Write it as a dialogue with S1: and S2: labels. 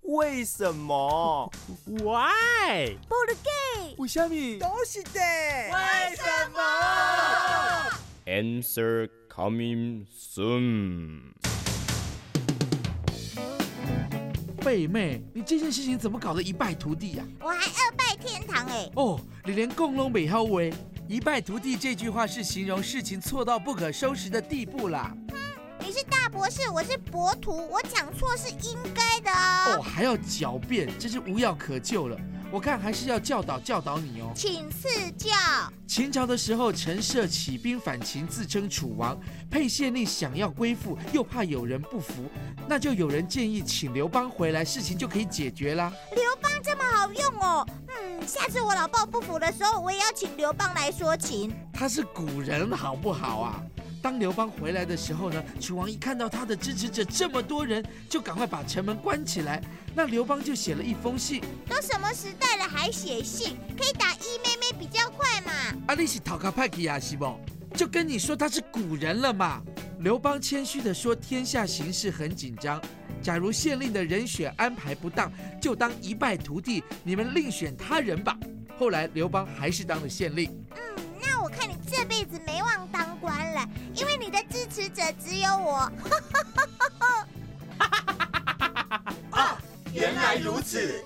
S1: 为什么？
S2: Why？
S3: 不如给
S1: 为什么？
S4: 都是的。
S1: 为什么？
S5: Answer coming soon。
S6: 贝妹，你这件事情怎么搞得一败涂地呀、
S3: 我还二拜天堂哎、
S6: 哦，你连共拢美好为。一败涂地这句话是形容事情错到不可收拾的地步啦。
S3: 你是大博士，我是博徒，我讲错是应该的哦。
S6: 哦，还要狡辩，真是无药可救了。我看还是要教导教导你哦。
S3: 请赐教。
S6: 秦朝的时候，陈涉起兵反秦，自称楚王。沛县令想要归附，又怕有人不服，那就有人建议请刘邦回来，事情就可以解决啦。
S3: 刘邦这么好用哦，嗯，下次我老爸不服的时候，我也要请刘邦来说情。
S6: 他是古人，好不好啊？当刘邦回来的时候呢，楚王一看到他的支持者这么多人，就赶快把城门关起来。那刘邦就写了一封信，
S3: 都什么时代了还写信，可以打一妹妹比较快嘛？
S6: 阿啊里是讨卡派基亚西蒙，就跟你说他是古人了嘛。刘邦谦虚地说，天下形势很紧张，假如县令的人选安排不当，就当一败涂地，你们另选他人吧。后来刘邦还是当了县令。
S3: 嗯，那我看你这辈子没望当官了，因为你的支持者只有我。
S1: 原来如此。